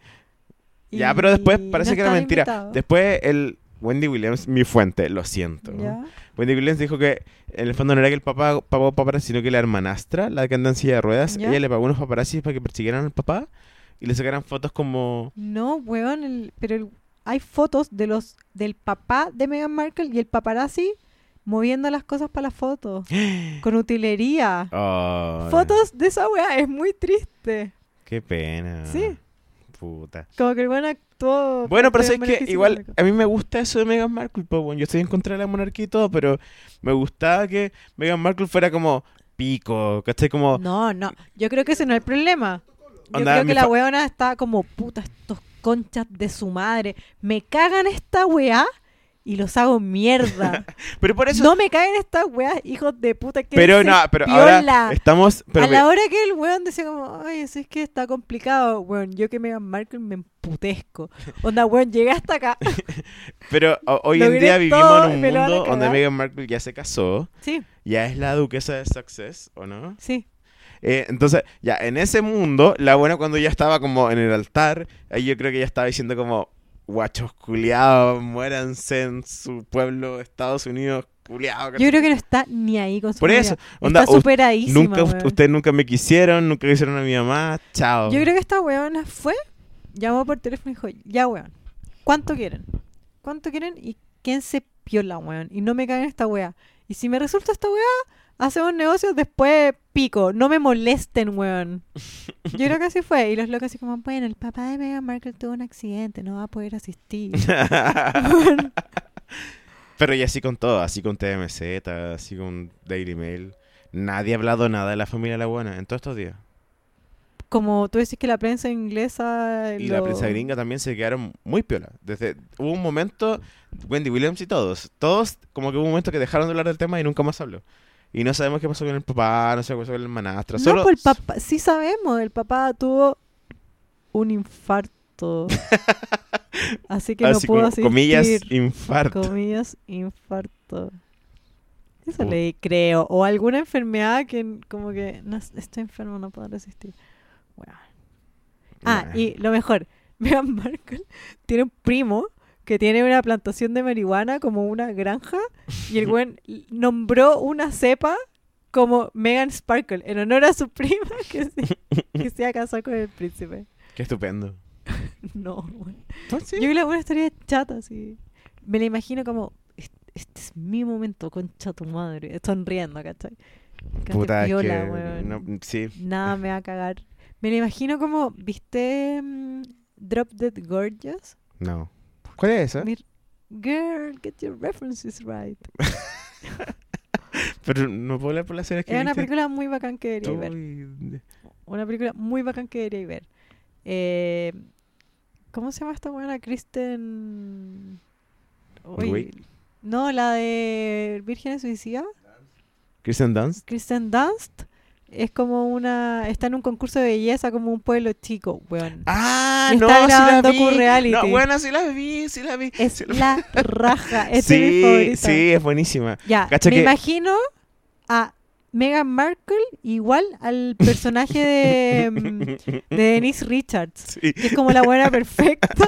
Ya, pero después parece que era mentira. Después el Wendy Williams, mi fuente, lo siento. Ya. Wendy Williams dijo que en el fondo no era que el papá pagó paparazzi, sino que la hermanastra, la que anda en silla de ruedas, Ya. ella le pagó unos paparazzis para que persiguieran al papá y le sacaran fotos como... No, weón, el- pero el- hay fotos de los del papá de Meghan Markle y el paparazzi moviendo las cosas para <gasps> las fotos. con utilería. Oh, Fotos de esa weá, es muy triste. Qué pena. Sí. Puta. Como que el weón actuó. Bueno, pero parte es de que beneficio igual económico. a mí me gusta eso de Meghan Markle, po, weón. yo estoy en contra de la monarquía y todo, pero me gustaba que Meghan Markle fuera como pico, ¿cachai? Como, No, no, yo creo que ese no es el problema. Yo Onda, creo mi que la fa- weona está como puta, estos conchas de su madre. Me cagan esta weá y los hago mierda. Pero <laughs> por eso. No me caen estas weas, hijos de puta que pero se no, pero piola. ahora estamos. Pero a la hora que el weón decía como, ay, eso es que está complicado, weón, yo que Meghan Markle me emputezco. Onda, weón, llegué hasta acá. <laughs> Pero ho- hoy Lo en miré día vivimos todo y en un me lo van a mundo donde cagar. Meghan Markle ya se casó, Sí, ya es la duquesa de Success, ¿o no? sí. Eh, entonces, ya en ese mundo, la buena cuando ya estaba como en el altar, ahí yo creo que ya estaba diciendo como, guachos culiados, muéranse en su pueblo, Estados Unidos, culiados. Yo creo que no está ni ahí con su Por eso, vida. onda, está us- superadísima, Nunca, weón. ustedes nunca me quisieron, nunca quisieron a mi mamá, chao. Yo <laughs> creo que esta weona fue, llamó por teléfono y dijo, ya weón, ¿cuánto quieren? ¿Cuánto quieren? Y quién se piola, weón. Y no me caen esta wea. Y si me resulta esta wea, hacemos negocios después pico. No me molesten, <laughs> weón. Yo creo que así fue. Y los locos así como, bueno, el papá de Meghan Markle tuvo un accidente, no va a <laughs> poder asistir. Pero y así con todo, así con TMZ, así con Daily Mail. Nadie ha hablado nada de la familia La Buena en todos estos días. como tú decís que la prensa inglesa... Y lo- la prensa gringa también se quedaron muy piola. Desde, hubo un momento, Wendy Williams y todos, todos como que hubo un momento que dejaron de hablar del tema y nunca más habló. Y no sabemos qué pasó con el papá, no sabemos qué pasó con el manastra. No, solo- pues el papá, sí sabemos, el papá tuvo <laughs> un infarto. Así que así no pudo como, asistir. Ah, comillas, infarto. Comillas, infarto. Eso Puta. le creo. O alguna enfermedad que como que no, estoy enfermo, no puedo resistir. Weón. Ah, Nah. y lo mejor, <laughs> Meghan Markle tiene un primo que tiene una plantación de marihuana como una granja y el buen nombró una cepa como Megan Sparkle en honor a su prima que se, que se ha casado con el príncipe. <laughs> Qué estupendo. No, weón. Pues sí. Yo creo que la buena estaría chata, así. Me la imagino como, "Es- este es mi momento, concha tu madre, sonriendo, ¿cachai? Cante Puta, es piola, que weón. no- sí. Nada me va a cagar. Me la imagino como, ¿viste mm, Drop Dead Gorgeous? No. ¿Cuál es esa? Mir- Girl, get your <laughs> references right. Pero no puedo hablar por las series que Es una viste película muy bacán que debería tú ver. y- Una película muy bacán que debería ver. Eh, ¿Cómo se llama esta buena? Kristen... Uy, Wiig. no, la de Vírgenes Suicidas. Kristen Dunst. Kristen Dunst es como una... Está en un concurso de belleza como un pueblo chico, weón. Ah, Está no, sí la grabando vi. docu-reality. No, bueno, sí la vi, sí la vi. Es sí, la- la raja. Es de mis sí, favoritas. sí, es buenísima. Ya, Cacha me que- imagino a Meghan Markle igual al personaje de, mm, de Denise Richards. Sí, Que es como la <laughs> buena perfecta,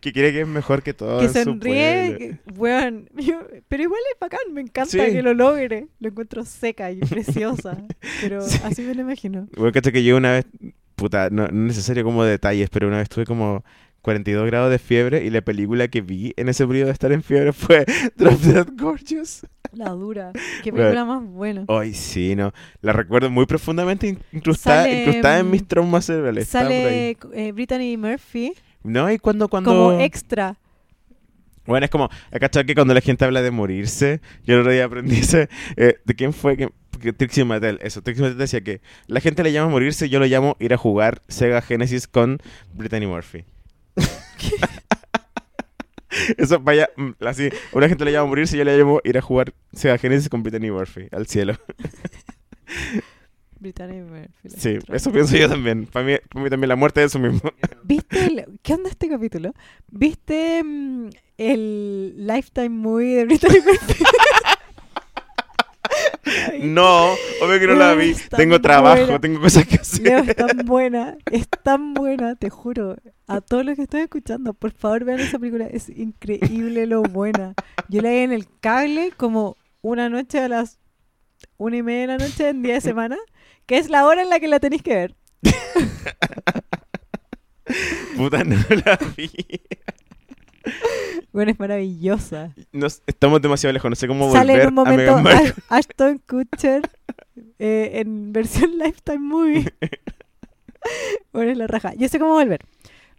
que cree que es mejor que todo. que en su sonríe. pueblo. que- weón, <laughs> yo- pero igual es bacán, me encanta Sí. que lo logre. Lo encuentro seca y preciosa. <laughs> Pero Sí. así me lo imagino. Bueno, cacha que yo una vez, puta, no, no es necesario como detalles, pero una vez tuve como 42 grados de fiebre y la película que vi en ese periodo de estar en fiebre fue <laughs> Drop Dead Gorgeous. La dura. Qué Weón. película más buena. Ay, sí, no. La recuerdo muy profundamente in- incrustada, Sale, incrustada en mis mm, traumas cerebrales. está por ahí. Sale eh, Brittany Murphy No, y cuando, cuando... como extra. Bueno, es como, ¿cachai? Que cuando la gente habla de morirse, yo el otro día aprendí ese, eh, ¿de quién fue? Que, que Trixie Mattel, eso, Trixie Mattel decía que la gente le llama morirse, yo lo llamo ir a jugar Sega Genesis con Brittany Murphy. eso vaya, mm, así, una gente le llama morirse, yo le llamo ir a jugar Sega Genesis con Brittany Murphy, al cielo. Brittany Murphy. la Sí, extra. eso pienso yo también. Para mí, para mí también la muerte es eso mismo. <laughs> ¿Viste el- ¿Qué onda este capítulo? ¿Viste mm, el Lifetime Movie de Brittany Murphy? Ay, <laughs> No, obvio que no la vi. Está Tengo trabajo, buena. tengo cosas que hacer. Leo, es tan buena, es tan buena, te juro. A todos los que están escuchando, por favor vean esa película, es increíble lo buena. Yo la vi en el cable como una noche a las una y media de la noche en día de semana, que es la hora en la que la tenéis que ver. Puta, no la vi. Bueno, es maravillosa. Nos- estamos demasiado lejos, no sé cómo Sale volver en un momento a Meghan <laughs> Markle. Ash- Ashton Kutcher eh, en versión <laughs> <laughs> Lifetime Movie. bueno, es la raja. Yo sé cómo volver.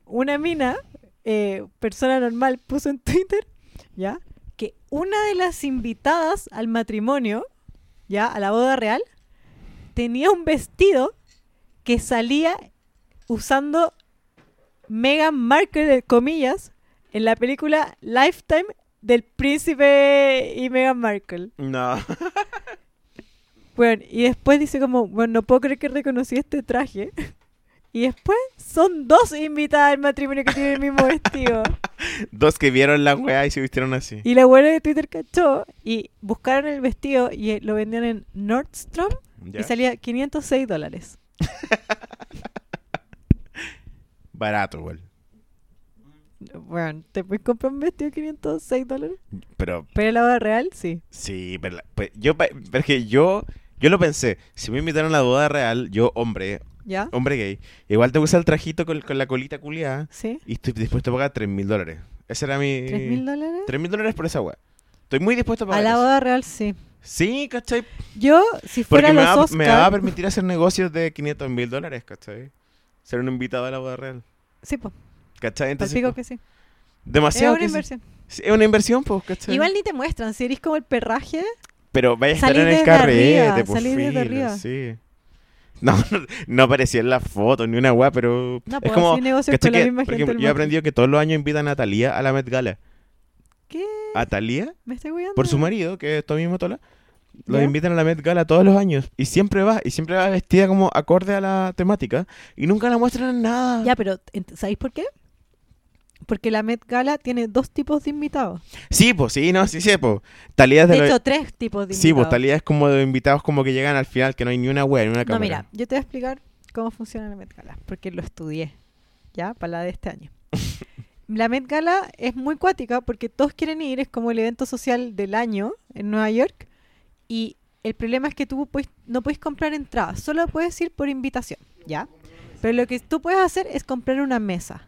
Una mina, eh, persona normal, puso en Twitter, ¿ya? Que una de las invitadas al matrimonio, ¿ya? A la boda real, tenía un vestido que salía usando Meghan Markle, eh, comillas, en la película Lifetime del príncipe y Meghan Markle. <laughs> No. Bueno, y después dice como, bueno, no puedo creer que reconocí este traje. <laughs> Y después son dos invitadas al matrimonio que tienen el mismo <laughs> vestido. Dos que vieron la weá y se vistieron así. Y la abuela de Twitter cachó y buscaron el vestido y eh, lo vendían en Nordstrom Ya. y salía 506 dólares. Barato, igual. Bueno, ¿te puedes comprar un vestido de 506 dólares? Pero Pero el boda real, sí. sí, pero, la- pues, yo, pa- pero es que yo, yo lo pensé. Si me invitaron a la boda real, yo, hombre, ¿Ya? hombre gay, igual te usa el trajito con, con la colita culiada ¿Sí? y estoy dispuesto a pagar 3 mil dólares. Ese era mi. ¿Tres mil dólares? 3 mil dólares por esa weá. Estoy muy dispuesto a A pagar. la eso. boda real, sí. Sí, ¿cachai? Yo, si fuera Porque me los va, Oscar, me va a permitir hacer negocios de 500 mil dólares, ¿cachai? Ser un invitado a la boda real. Sí, pues, ¿Cachai? Entonces, palpico pues, que sí. Es demasiado. una que sí. inversión. Sí, Es una inversión, pues, ¿cachai? Igual ni te muestran, si eres como el perraje, Pero vaya a estar Salí en el desde carrete, arriba, por salí desde filo, arriba. sí. No, <laughs> no, no aparecía en la foto ni una weá, pero. no, es pues como. así negocios ¿cachai con la que, misma por gente. ejemplo, del yo he mundo. aprendido que todos los años invitan a Talía a la Met Gala. ¿Qué? A Talía, ¿Me estoy cuidando? por su marido, que es Tommy Motola, los ¿Ya? invitan a la Met Gala todos los años. Y siempre va, y siempre va vestida como acorde a la temática. Y nunca la muestran en nada. Ya, pero ent- ¿sabéis por qué? Porque la Met Gala tiene dos tipos de invitados. Sí, pues, sí, no, sí, sí, pues. Talía es de, De los- hecho, tres tipos de invitados. Sí, pues, Talía es como de los invitados como que llegan al final, que no hay ni una weá, ni una No, cámara. mira, yo te voy a explicar cómo funciona la Met Gala, porque lo estudié, ¿ya? Para la de <laughs> este año. la Met Gala es muy cuática porque todos quieren ir, es como el evento social del año en Nueva York, y el problema es que tú puedes- no puedes comprar entradas, solo puedes ir por invitación, ¿ya? Pero lo que tú puedes hacer es comprar una mesa,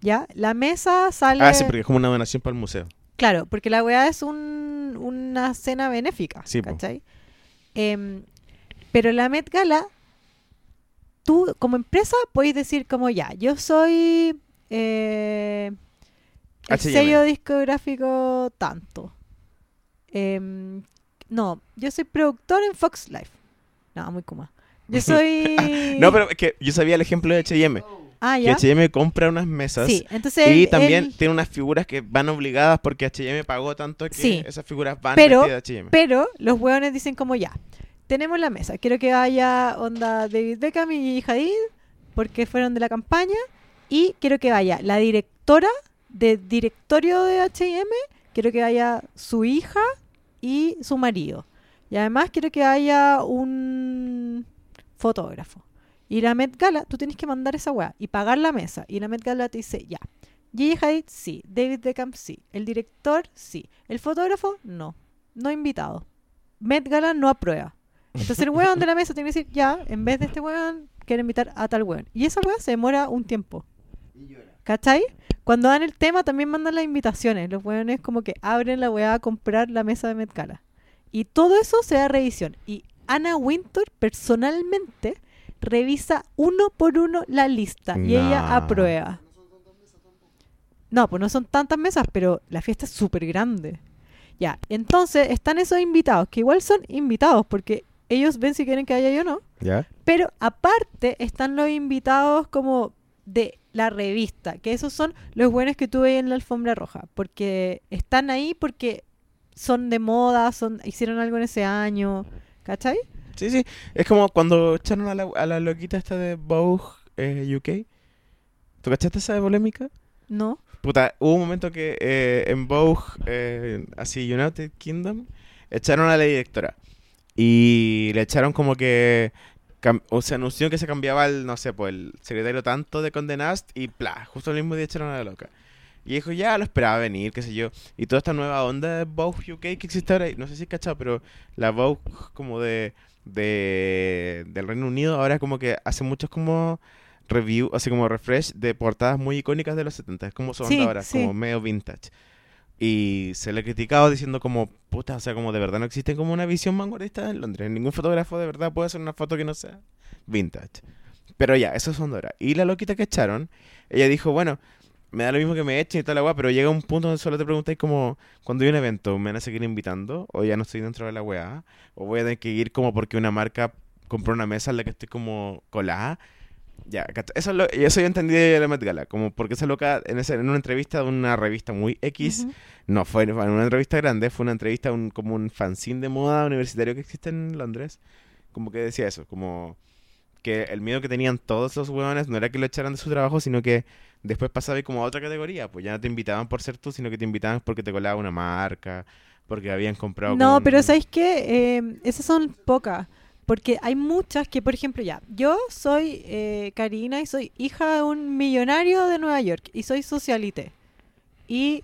¿ya? La mesa sale... Ah, sí, porque es como una donación para el museo. Claro, porque la weá es un- una cena benéfica, Sí, po. ¿cachai? Em, pero la Met Gala, tú como empresa podéis decir como ya, yo soy eh, el H&M. sello discográfico tanto. Em, no, yo soy productor en Fox Life. No, muy kuma. <laughs> Yo soy... No, pero es que yo sabía el ejemplo de H&M. Ah, Que ya. H&M compra unas mesas Sí, entonces... y el- también el- tiene unas figuras que van obligadas porque H&M pagó tanto que Sí. esas figuras van Pero- vestidas de H&M. Pero los hueones dicen como ya, tenemos la mesa, quiero que haya onda David Beckham y Hadid, porque fueron de la campaña, y quiero que vaya la directora de directorio de H&M, quiero que vaya su hija y su marido. Y además quiero que haya un fotógrafo. Y la Met Gala, tú tienes que mandar esa weá y pagar la mesa. Y la Met Gala te dice, ya. Gigi Hadid, sí. David Beckham, sí. El director, sí. El fotógrafo, no. No invitado. Met Gala no aprueba. Entonces el weón de la mesa tiene que decir, ya, en vez de este weón, quiero invitar a tal weón. Y esa weá se demora un tiempo. ¿Cachai? Cuando dan el tema también mandan las invitaciones. Los weones como que abren la weá a comprar la mesa de Met Gala. Y todo eso se da revisión. Y Anna Winter personalmente revisa uno por uno la lista y Nah. ella aprueba. No, pues no son tantas mesas, pero la fiesta es súper grande. Ya, entonces están esos invitados, que igual son invitados, porque ellos ven si quieren que haya yo o no. ¿Ya? Pero aparte están los invitados como de la revista, que esos son los buenos que tuve en la alfombra roja, porque están ahí porque son de moda, son hicieron algo en ese año, ¿cachai? Sí, sí. Es como cuando echaron a la, a la loquita esta de Vogue eh, UK. ¿Tú cachaste esa polémica? No. Puta, hubo un momento que eh, en Vogue, eh, así United Kingdom, echaron a la directora. Y le echaron como que... cam- O se anunció que se cambiaba el, no sé, pues el secretario tanto de Condé Nast y bla, justo el mismo día echaron a la loca. Y dijo, ya lo esperaba venir, qué sé yo. Y toda esta nueva onda de Vogue UK que existe ahora, y no sé si es cachado, pero la Vogue como de, de del Reino Unido ahora como que hace muchos como review, así como refresh de portadas muy icónicas de los 70, es como son Sí, ahora, sí. como medio vintage. Y se le criticaba diciendo como, puta, o sea, como de verdad no existe como una visión vanguardista en Londres. Ningún fotógrafo de verdad puede hacer una foto que no sea vintage. Pero ya, eso es Hondora. Y la loquita que echaron, ella dijo, bueno, me da lo mismo que me echen y tal agua, pero llega un punto donde solo te preguntáis como, cuando hay un evento, ¿me van a seguir invitando? ¿O ya no estoy dentro de la weá? ¿O voy a tener que ir como porque una marca compró una mesa en la que estoy como colada? Ya, cata- eso, es lo- y eso yo entendí de la Met Gala, como porque esa loca en, ese- en una entrevista de una revista muy X, Ujú. no fue en una entrevista grande, fue una entrevista a un, como un fanzine de moda universitario que existe en Londres, como que decía eso, como que el miedo que tenían todos los huevones no era que lo echaran de su trabajo, sino que después pasaba y como a otra categoría, pues ya no te invitaban por ser tú, sino que te invitaban porque te colaba una marca, porque habían comprado... No, con- pero ¿sabéis qué? Eh, esas son pocas. Porque hay muchas que, por ejemplo, ya, yo soy eh, Karina y soy hija de un millonario de Nueva York y soy socialite. Y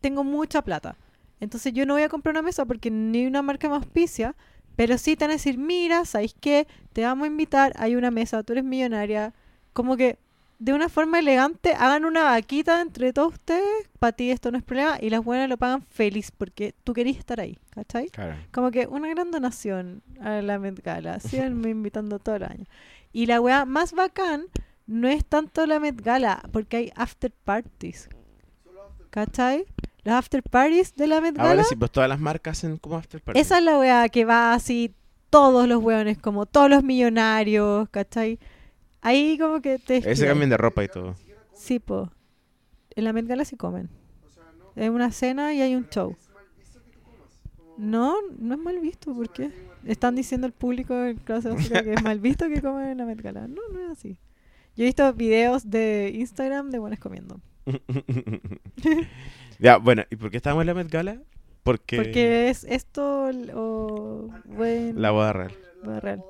tengo mucha plata. Entonces yo no voy a comprar una mesa porque ni una marca me auspicia, pero sí te van a decir, mira, ¿sabéis qué? Te vamos a invitar, hay una mesa, tú eres millonaria. Como que de una forma elegante hagan una vaquita entre todos ustedes, para ti esto no es problema, y las buenas lo pagan feliz porque tú querías estar ahí, ¿cachai? Claro. Como que una gran donación a la Met Gala. Síganme invitando todos los años. Y la weá más bacán no es tanto la Met Gala, porque hay after parties. ¿Cachai? Los after parties de la Met Gala. Ahora sí, pues todas las marcas en como after party. Esa es la weá que va así todos los weones, como todos los millonarios, ¿cachai? Ahí como que te... Ese esquiváis. cambian de ropa y todo. <laughs> Sí, po. En la Met Gala sí comen. Es una cena y hay un show. No, no es mal visto, ¿por qué? Están diciendo al público en clase básica que es mal visto que comen en la Met Gala. No, no es así. Yo he visto videos de Instagram de buenas comiendo. ya, bueno, ¿y por qué estábamos en la Met Gala? Porque, Porque es esto l- o... Bueno, la boda real. boda real.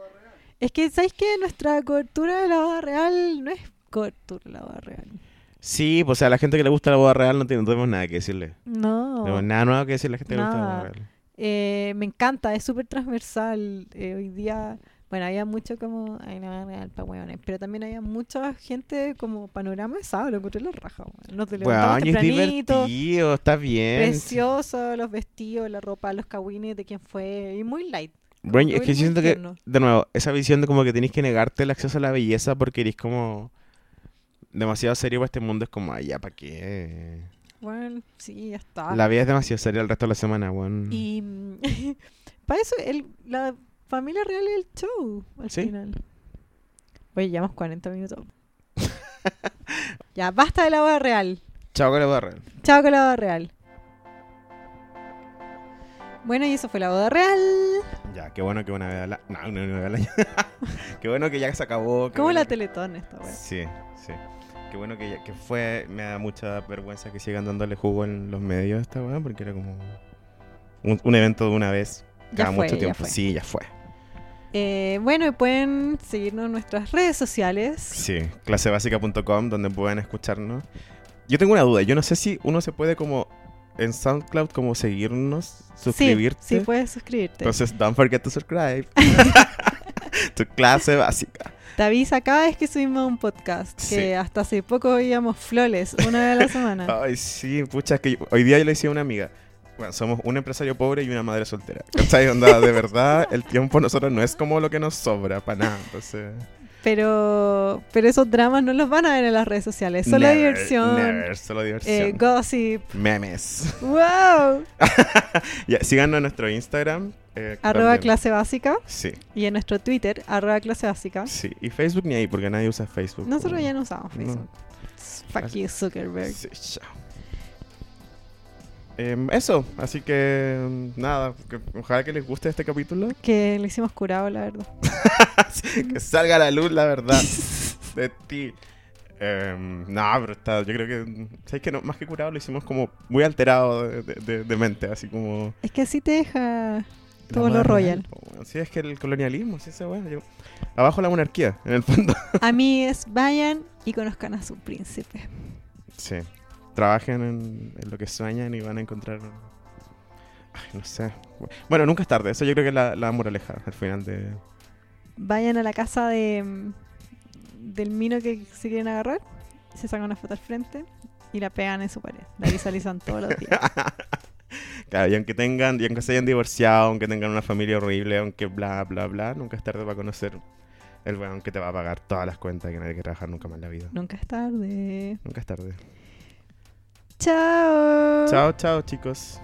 Es que, ¿sabéis qué? Nuestra cobertura de la boda real no es cobertura de la boda real. Sí, pues, o sea, a la gente que le gusta la boda real no, tiene- no tenemos nada que decirle. No. No tenemos nada nuevo que decirle a la gente que le gusta la boda Nada. real. Eh, me encanta, es súper transversal. eh, hoy día, bueno, había mucho como. Ay, no, real pa' hueones. Pero también había mucha gente como panorama de sábado, lo encontré en la raja. weón. Nos te levantamos Bueno, es tempranito, divertido, está bien. precioso, los vestidos, la ropa, los cagüines de quién fue. Y muy light. Bueno, es Muy que yo siento que, tierno. de nuevo, esa visión de como que tenés que negarte el acceso a la belleza porque eres como demasiado serio para este mundo es como, ay, ya, ¿para qué? Bueno, sí, ya está. La vida es demasiado seria el resto de la semana, weón. Ah. Y mm, <laughs> para eso, el, la familia real es el show al Sí. final. Oye, llevamos <laughs> 40 minutos. ya, basta de la boda real. Chao con la boda real. Chao con la boda real. Bueno, y eso fue la boda real. Ya, qué bueno que una vez al año. No, <laughs> una vez al año. qué bueno que ya se acabó. qué ¿Cómo bueno la que- teletón esta weá? Sí, sí. Qué bueno que, ya- que fue. Me da mucha vergüenza que sigan dándole jugo en los medios a esta weá, porque era como. Un, un evento de una vez. Ya Cada fue, mucho ya tiempo. fue. Sí, ya fue. Eh, bueno, y pueden seguirnos en nuestras redes sociales. Sí, clasebásica.com, donde pueden escucharnos. Yo tengo una duda. Yo no sé si uno se puede como. En SoundCloud, como seguirnos, suscribirte. Sí, sí, puedes suscribirte. Entonces, don't forget to <laughs> subscribe. tu clase básica. Te avisa cada vez que subimos un podcast, que Sí. hasta hace poco veíamos flores una vez a <laughs> la semana. Ay, sí, pucha, es que yo- hoy día yo le decía a una amiga, bueno, somos un empresario pobre y una madre soltera. ¿Cachai? Onda, de verdad, el tiempo a nosotros no es como lo que nos sobra, para nada. Entonces, Pero, pero esos dramas no los van a ver en las redes sociales. Solo never, diversión, never, solo eh, diversión. gossip. Memes. ¡Wow! Ya, síganos en nuestro Instagram. eh, Arroba también. clase básica. Sí, Y en nuestro Twitter, arroba clase básica. sí. Y Facebook ni ahí, porque nadie usa Facebook. Ah. Nosotros ya no usamos No. Facebook. Fuck Así- you, Zuckerberg. Sí, chao. Em, eso, así que mm, nada, que- ojalá que les guste este capítulo. Que le hicimos curado, la verdad. que salga a la luz la <laughs> verdad de ti. Em, no, pero está, yo creo que, ¿sabes que no, Más que curado lo hicimos como muy alterado de, de- de- de mente, así como... Es que así te deja. la Todo lo madre, royal. po, weón. Sí, es que el colonialismo, sí, esa weá, yo- Abajo la monarquía, en el fondo. <laughs> Amigues, vayan y conozcan a su príncipe. Sí. Trabajen en, en lo que sueñan y van a encontrar. Ay, no sé. Bueno, nunca es tarde. Eso yo creo que es la, la moraleja al final de. Vayan a la casa de mm, del mino que se quieren agarrar. Se sacan una foto al frente y la pegan en su pared. La visualizan todos los días. <laughs> Claro, y aunque tengan, y aunque se hayan divorciado, aunque tengan una familia horrible, aunque bla, bla, bla, nunca es tarde para conocer el weón que te va a pagar todas las cuentas que nadie quiere trabajar nunca más en la vida. Nunca es tarde. Nunca es tarde. Chao. Chao, chao, chicos.